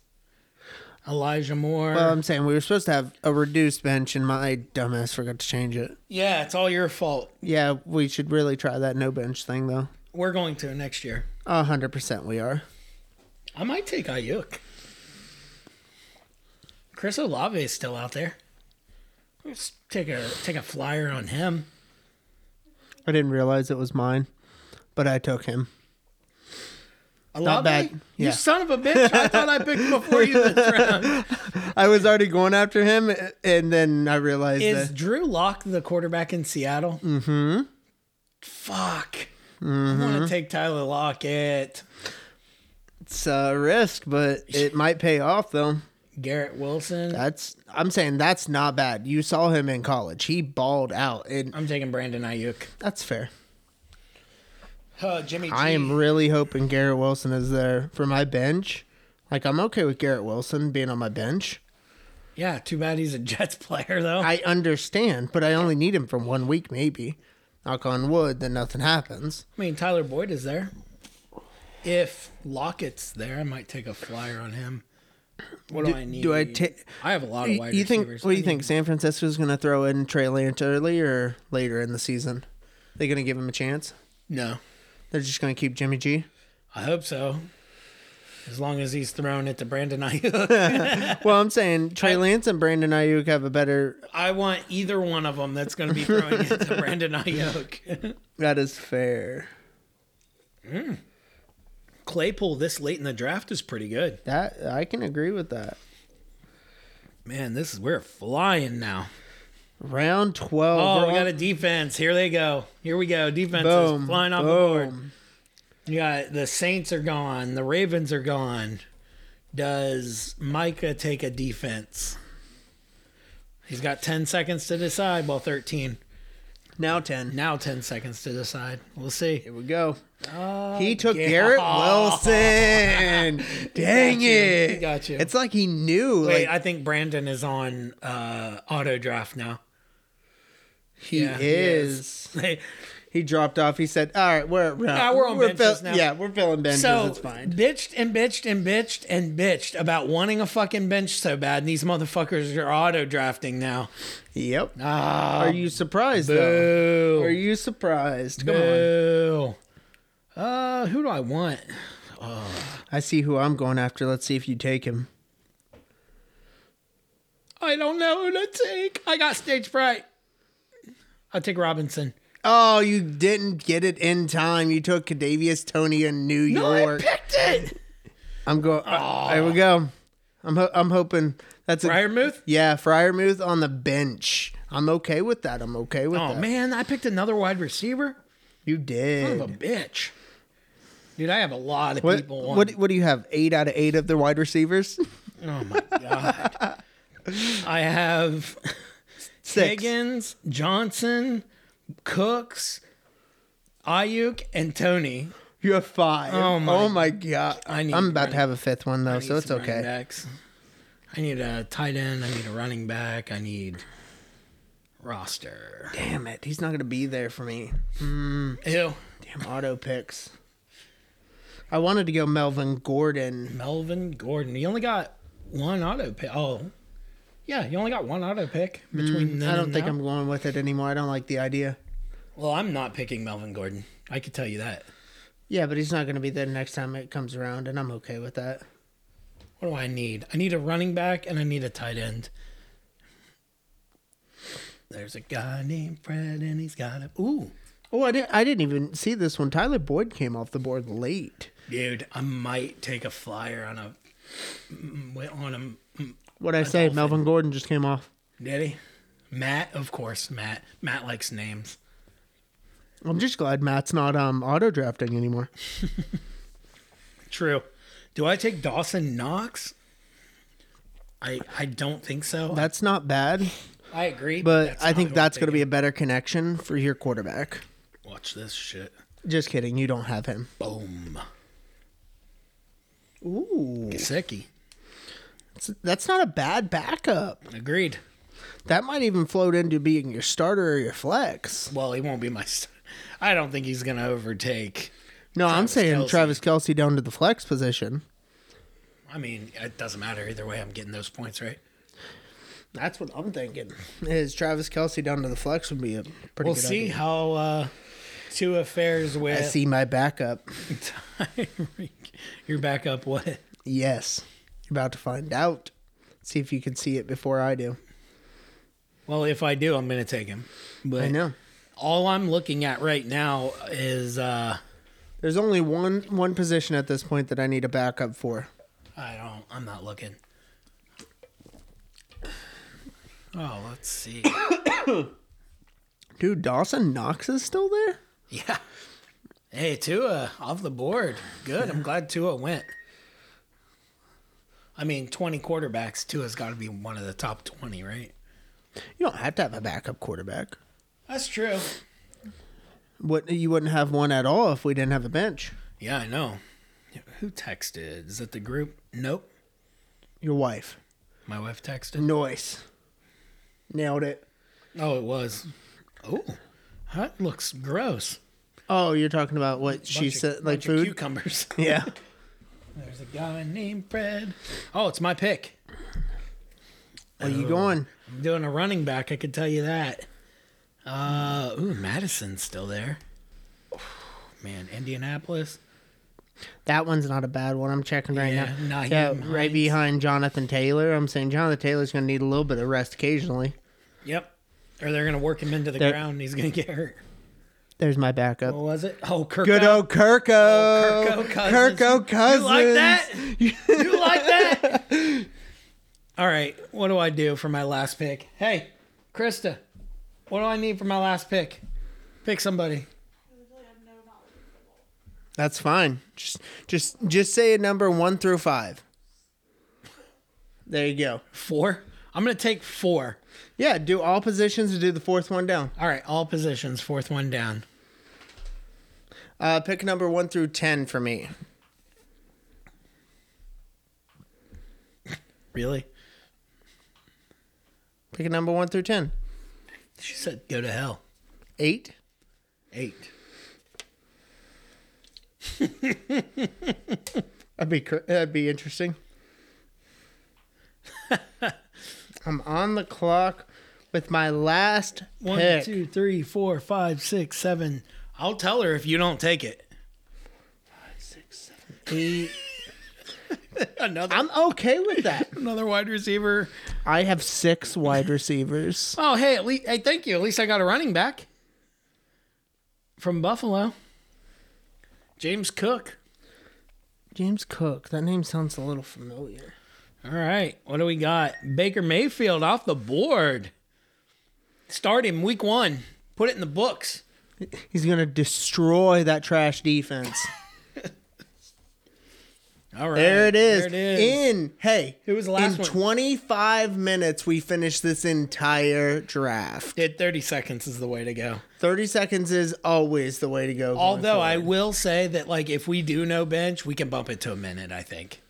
Speaker 1: Elijah Moore.
Speaker 2: Well, I'm saying we were supposed to have a reduced bench, and my dumbass forgot to change it.
Speaker 1: yeah, it's all your fault.
Speaker 2: Yeah, we should really try that no bench thing, though.
Speaker 1: We're going to next year.
Speaker 2: A hundred percent, we are.
Speaker 1: I might take Ayuk. Chris Olave is still out there. Let's take a take a flyer on him.
Speaker 2: I didn't realize it was mine, but I took him.
Speaker 1: Olave,
Speaker 2: bad.
Speaker 1: you
Speaker 2: Yeah.
Speaker 1: son of a bitch! I thought I picked before you this round.
Speaker 2: I was already going after him, and then I realized
Speaker 1: Is
Speaker 2: that
Speaker 1: Drew Lock the quarterback in Seattle? Mm-hmm. Fuck. I
Speaker 2: Mm-hmm.
Speaker 1: want to take Tyler Lockett.
Speaker 2: it's a risk, but it might pay off, though.
Speaker 1: Garrett Wilson.
Speaker 2: That's I'm saying that's not bad. You saw him in college; he balled out, and
Speaker 1: I'm taking Brandon Ayuk.
Speaker 2: that's fair.
Speaker 1: Uh, Jimmy G.
Speaker 2: I am really hoping Garrett Wilson is there for my bench. Like I'm okay with Garrett Wilson being on my bench.
Speaker 1: Yeah, too bad he's a Jets player though.
Speaker 2: I understand, but I only need him for one week, maybe. Knock on wood, then nothing happens.
Speaker 1: I mean, Tyler Boyd is there. If Lockett's there, I might take a flyer on him. What do, I need?
Speaker 2: do I take?
Speaker 1: I have a lot of
Speaker 2: You,
Speaker 1: wide
Speaker 2: you think?
Speaker 1: receivers.
Speaker 2: What do
Speaker 1: I
Speaker 2: you think? San Francisco's going to throw in Trey Lance early or later in the season? They going to give him a chance?
Speaker 1: need- No,
Speaker 2: They're just going to keep Jimmy G.
Speaker 1: I hope so. As long as he's thrown it to Brandon Ayuk,
Speaker 2: Well, I'm saying Trey Lance and Brandon Ayuk have a better.
Speaker 1: I want either one of them that's going to be throwing it to Brandon Ayuk.
Speaker 2: That is fair.
Speaker 1: Claypool this late in the draft is pretty good.
Speaker 2: That I can agree with that.
Speaker 1: Man, this is we're flying now.
Speaker 2: Round twelve.
Speaker 1: Oh,
Speaker 2: we're
Speaker 1: we got
Speaker 2: on-
Speaker 1: a defense. Here they go. Here we go. Defenses
Speaker 2: boom,
Speaker 1: flying off the board.
Speaker 2: boom.
Speaker 1: You got the Saints are gone. The Ravens are gone. Does Micah take a defense? He's got 10 seconds to decide. Well, 13.
Speaker 2: Now ten.
Speaker 1: Now 10 seconds to decide. We'll see.
Speaker 2: Here we go.
Speaker 1: Oh,
Speaker 2: he took Garrett Wilson. Dang
Speaker 1: you.
Speaker 2: it.
Speaker 1: Got you.
Speaker 2: It's like he knew.
Speaker 1: Wait,
Speaker 2: like
Speaker 1: I think Brandon is on uh, auto draft now.
Speaker 2: he
Speaker 1: yeah, he
Speaker 2: is. He dropped off. He said, "All right, we're we're,
Speaker 1: Nah, we're on benches now.
Speaker 2: Yeah, we're filling benches.
Speaker 1: so
Speaker 2: it's fine.
Speaker 1: bitched and bitched and bitched and bitched about wanting a fucking bench so bad. And these motherfuckers are auto drafting now.
Speaker 2: Yep.
Speaker 1: Ah,
Speaker 2: Are you surprised though?
Speaker 1: boo.
Speaker 2: Are you surprised? Come on.
Speaker 1: Boo. Uh, who do I want?
Speaker 2: I see who I'm going after. Let's see if you take him.
Speaker 1: I don't know who to take. I got stage fright. I'll take Robinson.
Speaker 2: Oh, you didn't get it in time. You took Cadavius Tony in New
Speaker 1: No, I
Speaker 2: York.
Speaker 1: picked it.
Speaker 2: I'm going. There we go. I'm ho- I'm hoping that's a
Speaker 1: Fryermuth?
Speaker 2: Yeah, Fryermuth on the bench. I'm okay with that. I'm okay with
Speaker 1: Oh
Speaker 2: that.
Speaker 1: man, I picked another wide receiver.
Speaker 2: You
Speaker 1: Son of
Speaker 2: did.
Speaker 1: a bitch. Dude, I have a lot of
Speaker 2: What,
Speaker 1: people. On.
Speaker 2: what what do you have? Eight out of eight of their wide receivers.
Speaker 1: Oh my god. I have
Speaker 2: Six.
Speaker 1: Higgins, Johnson, Cooks, Ayuk, and Tony.
Speaker 2: You have five.
Speaker 1: Oh, my-
Speaker 2: god.
Speaker 1: I need
Speaker 2: I'm about to
Speaker 1: running-
Speaker 2: have a fifth one though,
Speaker 1: need
Speaker 2: so it's
Speaker 1: some running
Speaker 2: okay.
Speaker 1: backs. I need a tight end. I need a running back. I need roster.
Speaker 2: Damn it, he's not gonna be there for me.
Speaker 1: Ew.
Speaker 2: Damn auto picks. I wanted to go Melvin Gordon.
Speaker 1: Melvin Gordon. He only got one auto pick. Oh, Yeah, you only got one auto pick between. then
Speaker 2: Mm, I don't
Speaker 1: and
Speaker 2: think
Speaker 1: now.
Speaker 2: I'm going with it anymore. I don't like the idea.
Speaker 1: Well, I'm not picking Melvin Gordon. I could tell you that.
Speaker 2: Yeah, but he's not going to be there next time it comes around, and I'm okay with that.
Speaker 1: What do I need? I need a running back and I need a tight end. There's a guy named Fred and he's got a ooh,
Speaker 2: Oh, I didn't. I didn't even see this one. Tyler Boyd came off the board late.
Speaker 1: dude. I might take a flyer on a mm, on him.
Speaker 2: What I say?
Speaker 1: dolphin.
Speaker 2: Melvin Gordon just came off.
Speaker 1: Did he? Matt, of course, Matt. Matt likes names.
Speaker 2: I'm just glad Matt's not um auto drafting anymore.
Speaker 1: True. Do I take Dawson Knox? I I don't think so.
Speaker 2: That's not bad,
Speaker 1: I agree,
Speaker 2: but
Speaker 1: that's
Speaker 2: I
Speaker 1: not
Speaker 2: think
Speaker 1: who I'm
Speaker 2: that's going to be
Speaker 1: taking.
Speaker 2: a better connection for your quarterback.
Speaker 1: Watch this shit.
Speaker 2: Just kidding. You don't have him.
Speaker 1: Boom.
Speaker 2: Ooh,
Speaker 1: Gasecki.
Speaker 2: that's- that's not a bad backup.
Speaker 1: Agreed.
Speaker 2: That might even float into being your starter or your flex.
Speaker 1: Well, he won't be my. St- I don't think he's gonna overtake.
Speaker 2: No, I'm
Speaker 1: Travis
Speaker 2: saying
Speaker 1: Kelce.
Speaker 2: Travis Kelsey down to the flex position.
Speaker 1: I mean, it doesn't matter either way. I'm getting those points, right?
Speaker 2: That's what I'm thinking. Is Travis Kelsey down to the flex would be a pretty
Speaker 1: We'll
Speaker 2: good
Speaker 1: see
Speaker 2: idea.
Speaker 1: how uh, Tua fares with
Speaker 2: I see my backup.
Speaker 1: Tyreek. Your backup, what?
Speaker 2: Yes. You're about to find out. See if you can see it before I do.
Speaker 1: Well, if I do, I'm gonna take him. But
Speaker 2: I know.
Speaker 1: all I'm looking at right now is uh,
Speaker 2: There's only one one position at this point that I need a backup for.
Speaker 1: I don't. I'm not looking. Oh, let's see.
Speaker 2: Dude, Dawson Knox is still there?
Speaker 1: yeah. Hey, Tua off the board. Good. I'm glad Tua went. I mean, 20 quarterbacks. Tua's got to be one of the top 20, right?
Speaker 2: You don't have to have a backup quarterback.
Speaker 1: That's true.
Speaker 2: What you wouldn't have one at all if we didn't have a bench.
Speaker 1: Yeah, I know. Who texted? Is that the group? Nope.
Speaker 2: Your wife.
Speaker 1: My wife texted.
Speaker 2: Noise. Nailed it.
Speaker 1: Oh, it was. Oh, that looks gross.
Speaker 2: Oh, you're talking about what she
Speaker 1: Bunch of-
Speaker 2: said like
Speaker 1: bunch of
Speaker 2: food?
Speaker 1: cucumbers.
Speaker 2: Yeah.
Speaker 1: There's a guy named Fred. Oh, it's my pick.
Speaker 2: Where you going?
Speaker 1: I'm doing a running back. I could tell you that. Uh, ooh, Madison's still there. Man, Indianapolis.
Speaker 2: That one's not a bad one. I'm checking right
Speaker 1: Yeah,
Speaker 2: now.
Speaker 1: Naheem
Speaker 2: yeah,
Speaker 1: Hines.
Speaker 2: right behind Jonathan Taylor. I'm saying Jonathan Taylor's going to need a little bit of rest occasionally.
Speaker 1: Yep. Or they're gonna work him into the
Speaker 2: They're-
Speaker 1: ground. and He's gonna get hurt.
Speaker 2: There's my backup.
Speaker 1: What was it? Oh, Kirk.
Speaker 2: Good old Kirko.
Speaker 1: Oh, Kirko Cousins. You
Speaker 2: Kirko
Speaker 1: like that?
Speaker 2: Cousins.
Speaker 1: You like that? All right. What do I do for my last pick? Hey, Krista, what do I need for my last pick? Pick somebody.
Speaker 2: That's fine. Just, just, just say a number one through five. There you go.
Speaker 1: Four. I'm gonna take four.
Speaker 2: Yeah, do all positions and do the fourth one down.
Speaker 1: All right, all positions. Fourth one down.
Speaker 2: Uh, pick number one through ten for me.
Speaker 1: Really?
Speaker 2: Pick a number one through ten.
Speaker 1: She said, "Go to hell."
Speaker 2: Eight.
Speaker 1: Eight.
Speaker 2: That'd be cr- that'd be interesting. I'm on the clock with my last
Speaker 1: One,
Speaker 2: pick.
Speaker 1: two, three, four, five, six, seven. I'll tell her if you don't take it.
Speaker 2: Eight.
Speaker 1: Another
Speaker 2: I'm okay with that.
Speaker 1: another wide receiver.
Speaker 2: I have six wide receivers.
Speaker 1: Oh, hey, at least hey, thank you. At least I got a running back from Buffalo. James Cook.
Speaker 2: James Cook. That name sounds a little familiar.
Speaker 1: All right, what do we got? Baker Mayfield off the board. Start him week one. Put it in the books.
Speaker 2: He's gonna destroy that trash defense.
Speaker 1: All right,
Speaker 2: There it is.
Speaker 1: There it is.
Speaker 2: In hey,
Speaker 1: Who was the last
Speaker 2: in
Speaker 1: one?
Speaker 2: 25 minutes we finished this entire draft.
Speaker 1: Did thirty seconds is the way to go.
Speaker 2: 30 seconds is always the way to go. going
Speaker 1: Although I
Speaker 2: forward.
Speaker 1: will say that, like, if we do no bench, we can bump it to a minute. I think.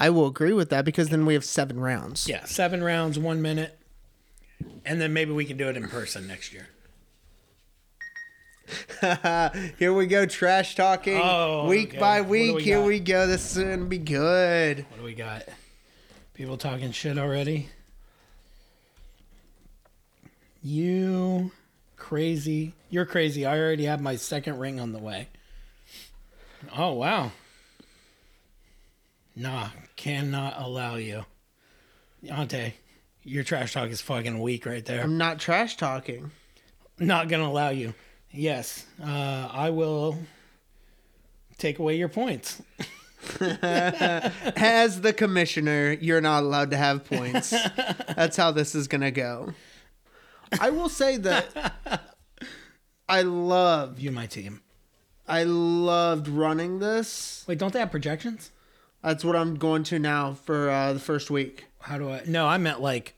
Speaker 2: I will agree with that because then we have seven rounds.
Speaker 1: Yeah, seven rounds, one minute, and then maybe we can do it in person next year.
Speaker 2: Here we go, trash talking
Speaker 1: Oh,
Speaker 2: week
Speaker 1: okay.
Speaker 2: by
Speaker 1: What do
Speaker 2: week.
Speaker 1: we
Speaker 2: Here
Speaker 1: got?
Speaker 2: we go. This is gonna be good.
Speaker 1: What do we got? People talking shit already. You crazy. You're crazy. I already have my second ring on the way. Oh, wow. Nah, cannot allow you. Ante, your trash talk is fucking weak right there.
Speaker 2: I'm not trash talking.
Speaker 1: not going to allow you. Yes, uh, I will take away your points.
Speaker 2: As the commissioner, you're not allowed to have points. That's how this is going to go. I will say that I love
Speaker 1: You, my team.
Speaker 2: I loved running this.
Speaker 1: Wait, don't they have projections?
Speaker 2: That's what I'm going to now for uh, the first week.
Speaker 1: How do I? No, I meant like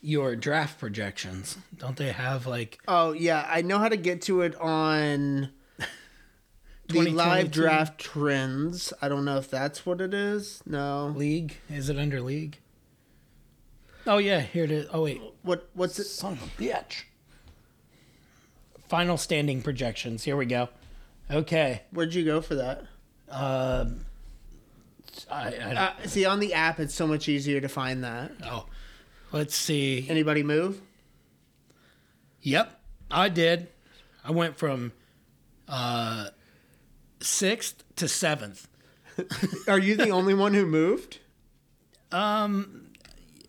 Speaker 1: your draft projections. Don't they have like
Speaker 2: Oh yeah, I know how to get to it on the
Speaker 1: 2022?
Speaker 2: live draft trends. I don't know if that's what it is. No.
Speaker 1: league? Is it under league? Oh yeah, here it is. Oh wait,
Speaker 2: What what's it?
Speaker 1: son of a bitch. Final standing projections. Here we go. Okay.
Speaker 2: Where'd you go for that?
Speaker 1: Um, I, I don't
Speaker 2: Uh, see, on the app, it's so much easier to find that.
Speaker 1: know. Let's see.
Speaker 2: Anybody move?
Speaker 1: Yep, I did. I went from uh, sixth to seventh.
Speaker 2: Are you the only one who moved?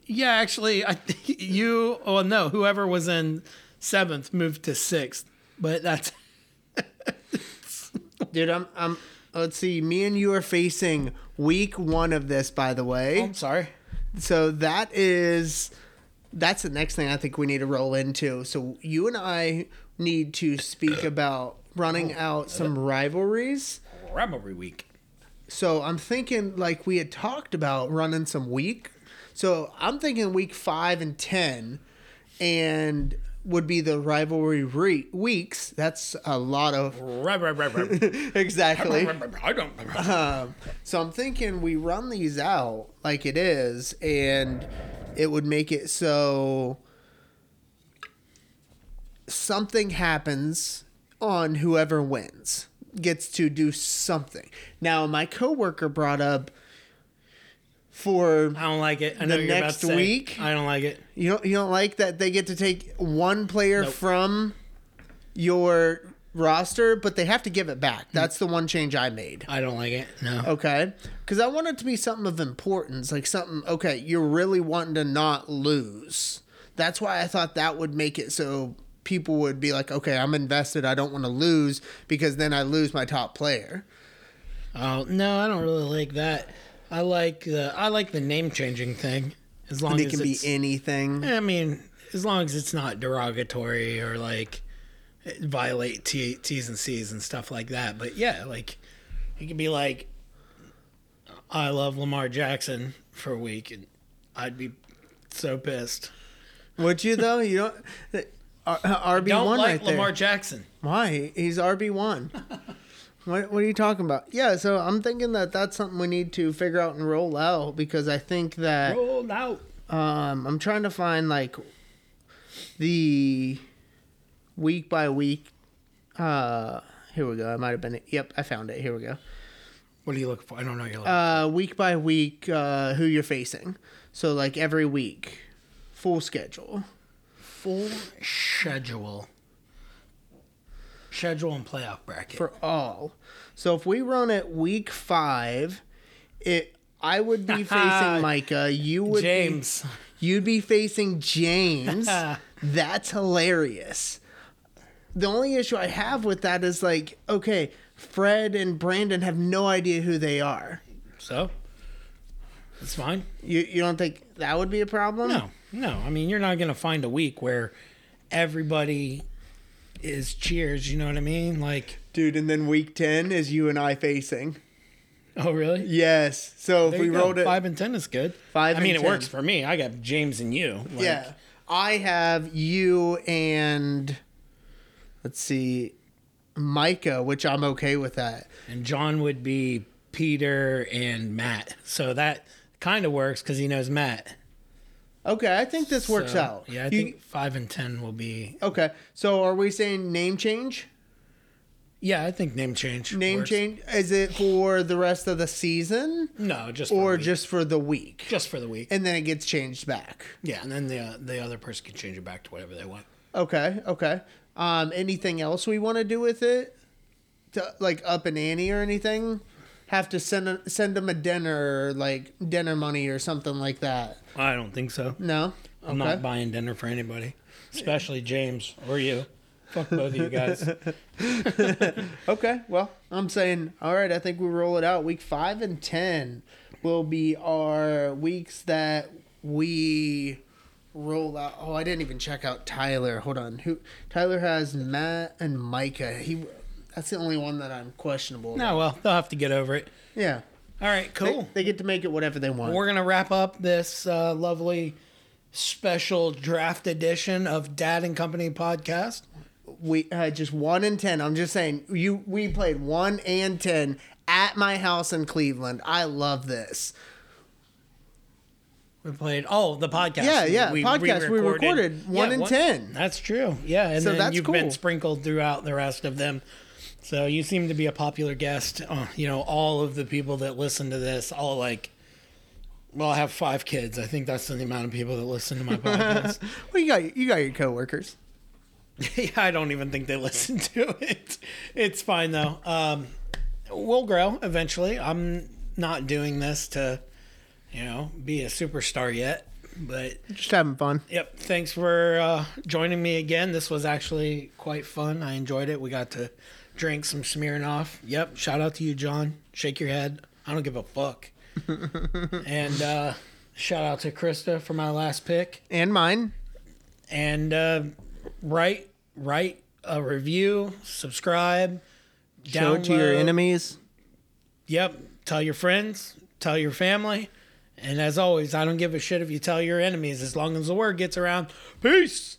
Speaker 1: Yeah, actually, I think you. Oh no, whoever was in seventh moved to sixth, but that's
Speaker 2: Dude, I'm I'm. Let's see. Me and you are facing week one of this, by the way.
Speaker 1: I'm sorry.
Speaker 2: so that is that's the next thing I think we need to roll into. So you and I need to speak about running out some rivalries.
Speaker 1: Rivalry week.
Speaker 2: So I'm thinking like we had talked about running some week. So I'm thinking week 5 and 10 and would be the rivalry re- weeks. That's a lot of
Speaker 1: Rub, rub, rub, rub.
Speaker 2: exactly.
Speaker 1: Rub, rub, I don't.
Speaker 2: Um, so I'm thinking we run these out like it is, and it would make it so something happens on whoever wins gets to do something. Now, my coworker brought up for
Speaker 1: I don't like it. I know
Speaker 2: The
Speaker 1: what you're
Speaker 2: next
Speaker 1: about to say.
Speaker 2: week?
Speaker 1: I don't like it.
Speaker 2: you don't you don't like that they get to take one player
Speaker 1: Nope.
Speaker 2: from your roster, but they have to give it back. That's the one change I made.
Speaker 1: I don't like it. No.
Speaker 2: Okay. Because I want it to be something of importance, like something, okay, you're really wanting to not lose. That's why I thought that would make it so people would be like, okay, I'm invested. I don't want to lose because then I lose my top player.
Speaker 1: Oh no, I don't really like that. I like the I like the name changing thing. As long
Speaker 2: And it
Speaker 1: as
Speaker 2: can be
Speaker 1: it's,
Speaker 2: anything.
Speaker 1: I mean, as long as it's not derogatory or like violate T, T's and C's and stuff like that. But yeah, like it could be like, I love Lamar Jackson for a week, and I'd be so pissed.
Speaker 2: Would you, though? You don't. uh, R- RB1
Speaker 1: Don't
Speaker 2: right
Speaker 1: like
Speaker 2: there.
Speaker 1: Lamar Jackson.
Speaker 2: Why? He's RB1. what, what are you talking about? Yeah, so I'm thinking that that's something we need to figure out and roll out because I think that.
Speaker 1: Roll out.
Speaker 2: Um, I'm trying to find like the week by week. Uh, here we go. I might have been. Yep, I found it. Here we go.
Speaker 1: What are you looking for? I don't know. What you're looking.
Speaker 2: Uh, week by week, uh, who you're facing. So like every week, full schedule.
Speaker 1: Full schedule. Schedule and playoff bracket.
Speaker 2: for all. So if we run it week five, it I would be facing Micah. You would be-
Speaker 1: James.
Speaker 2: you'd be facing James. That's hilarious. The only issue I have with that is like, okay, Fred and Brandon have no idea who they are.
Speaker 1: So that's fine.
Speaker 2: You you don't think that would be a problem?
Speaker 1: No, no. I mean, you're not going to find a week where everybody is cheers. You know what I mean? Like,
Speaker 2: Dude, and then week ten is you and I facing.
Speaker 1: oh, really?
Speaker 2: Yes. So if
Speaker 1: There
Speaker 2: we
Speaker 1: you go.
Speaker 2: rolled it
Speaker 1: Five and ten is good.
Speaker 2: Five
Speaker 1: I mean,
Speaker 2: and
Speaker 1: it works
Speaker 2: 10.
Speaker 1: for me. I got James and you. Like,
Speaker 2: yeah. I have you and let's see Micah, which I'm okay with that.
Speaker 1: And John would be Peter and Matt. So that kind of works because he knows Matt.
Speaker 2: Okay, I think this works
Speaker 1: So,
Speaker 2: out.
Speaker 1: Yeah, I
Speaker 2: You-
Speaker 1: think five and ten will be.
Speaker 2: Okay. So are we saying name change?
Speaker 1: Yeah, I think name change.
Speaker 2: Name
Speaker 1: works.
Speaker 2: change is it for the rest of the season
Speaker 1: No, just for
Speaker 2: or
Speaker 1: the week.
Speaker 2: just for the week?
Speaker 1: just for the week.
Speaker 2: And then it gets changed back.
Speaker 1: yeah, and then the the other person can change it back to whatever they want.
Speaker 2: Okay, okay. Um, anything else we want to do with it? To like up an ante or anything? Have to send a, send them a dinner, like dinner money or something like that.
Speaker 1: I don't think so.
Speaker 2: No.
Speaker 1: I'm not buying dinner for anybody, especially James or you. Fuck both of you guys.
Speaker 2: Okay, well, I'm saying, all right, I think we roll it out. Week five and 10 will be our weeks that we roll out. Oh, I didn't even check out Tyler. Hold on. Who Tyler has Matt and Micah. He that's the only one that I'm questionable. about.
Speaker 1: No, well, they'll have to get over it.
Speaker 2: Yeah.
Speaker 1: All right,
Speaker 2: They-
Speaker 1: cool.
Speaker 2: They, get to make it whatever they want.
Speaker 1: We're going to wrap up this uh, lovely special draft edition of Dad and Company podcast.
Speaker 2: We uh, just one and 10. I'm just saying, you we played one and 10 at my house in Cleveland. I love this.
Speaker 1: We played, oh, the podcast.
Speaker 2: Yeah, yeah, podcast we recorded, one and 10.
Speaker 1: That's true. Yeah, and
Speaker 2: So
Speaker 1: then
Speaker 2: that's
Speaker 1: you've
Speaker 2: cool.
Speaker 1: been sprinkled throughout the rest of them. So you seem to be a popular guest. Uh, you know, all of the people that listen to this, all like, well, I have five kids. I think that's the amount of people that listen to my podcast.
Speaker 2: Well, you got you got your coworkers.
Speaker 1: yeah, I don't even think they listen to it. It's fine though. Um, we'll grow eventually. I'm not doing this to, you know, be a superstar yet. But
Speaker 2: Just having fun.
Speaker 1: yep, thanks for uh, joining me again. This was actually quite fun. I enjoyed it. We got to drink some Smirnoff. Yep, shout out to you, John. Shake your head. I don't give a fuck. and uh, shout out to Krista for my last pick
Speaker 2: And mine.
Speaker 1: and uh, write write a review, subscribe,
Speaker 2: Show it to your
Speaker 1: download.
Speaker 2: enemies.
Speaker 1: Yep, tell your friends, tell your family, and as always, I don't give a shit if you tell your enemies as long as the word gets around. Peace.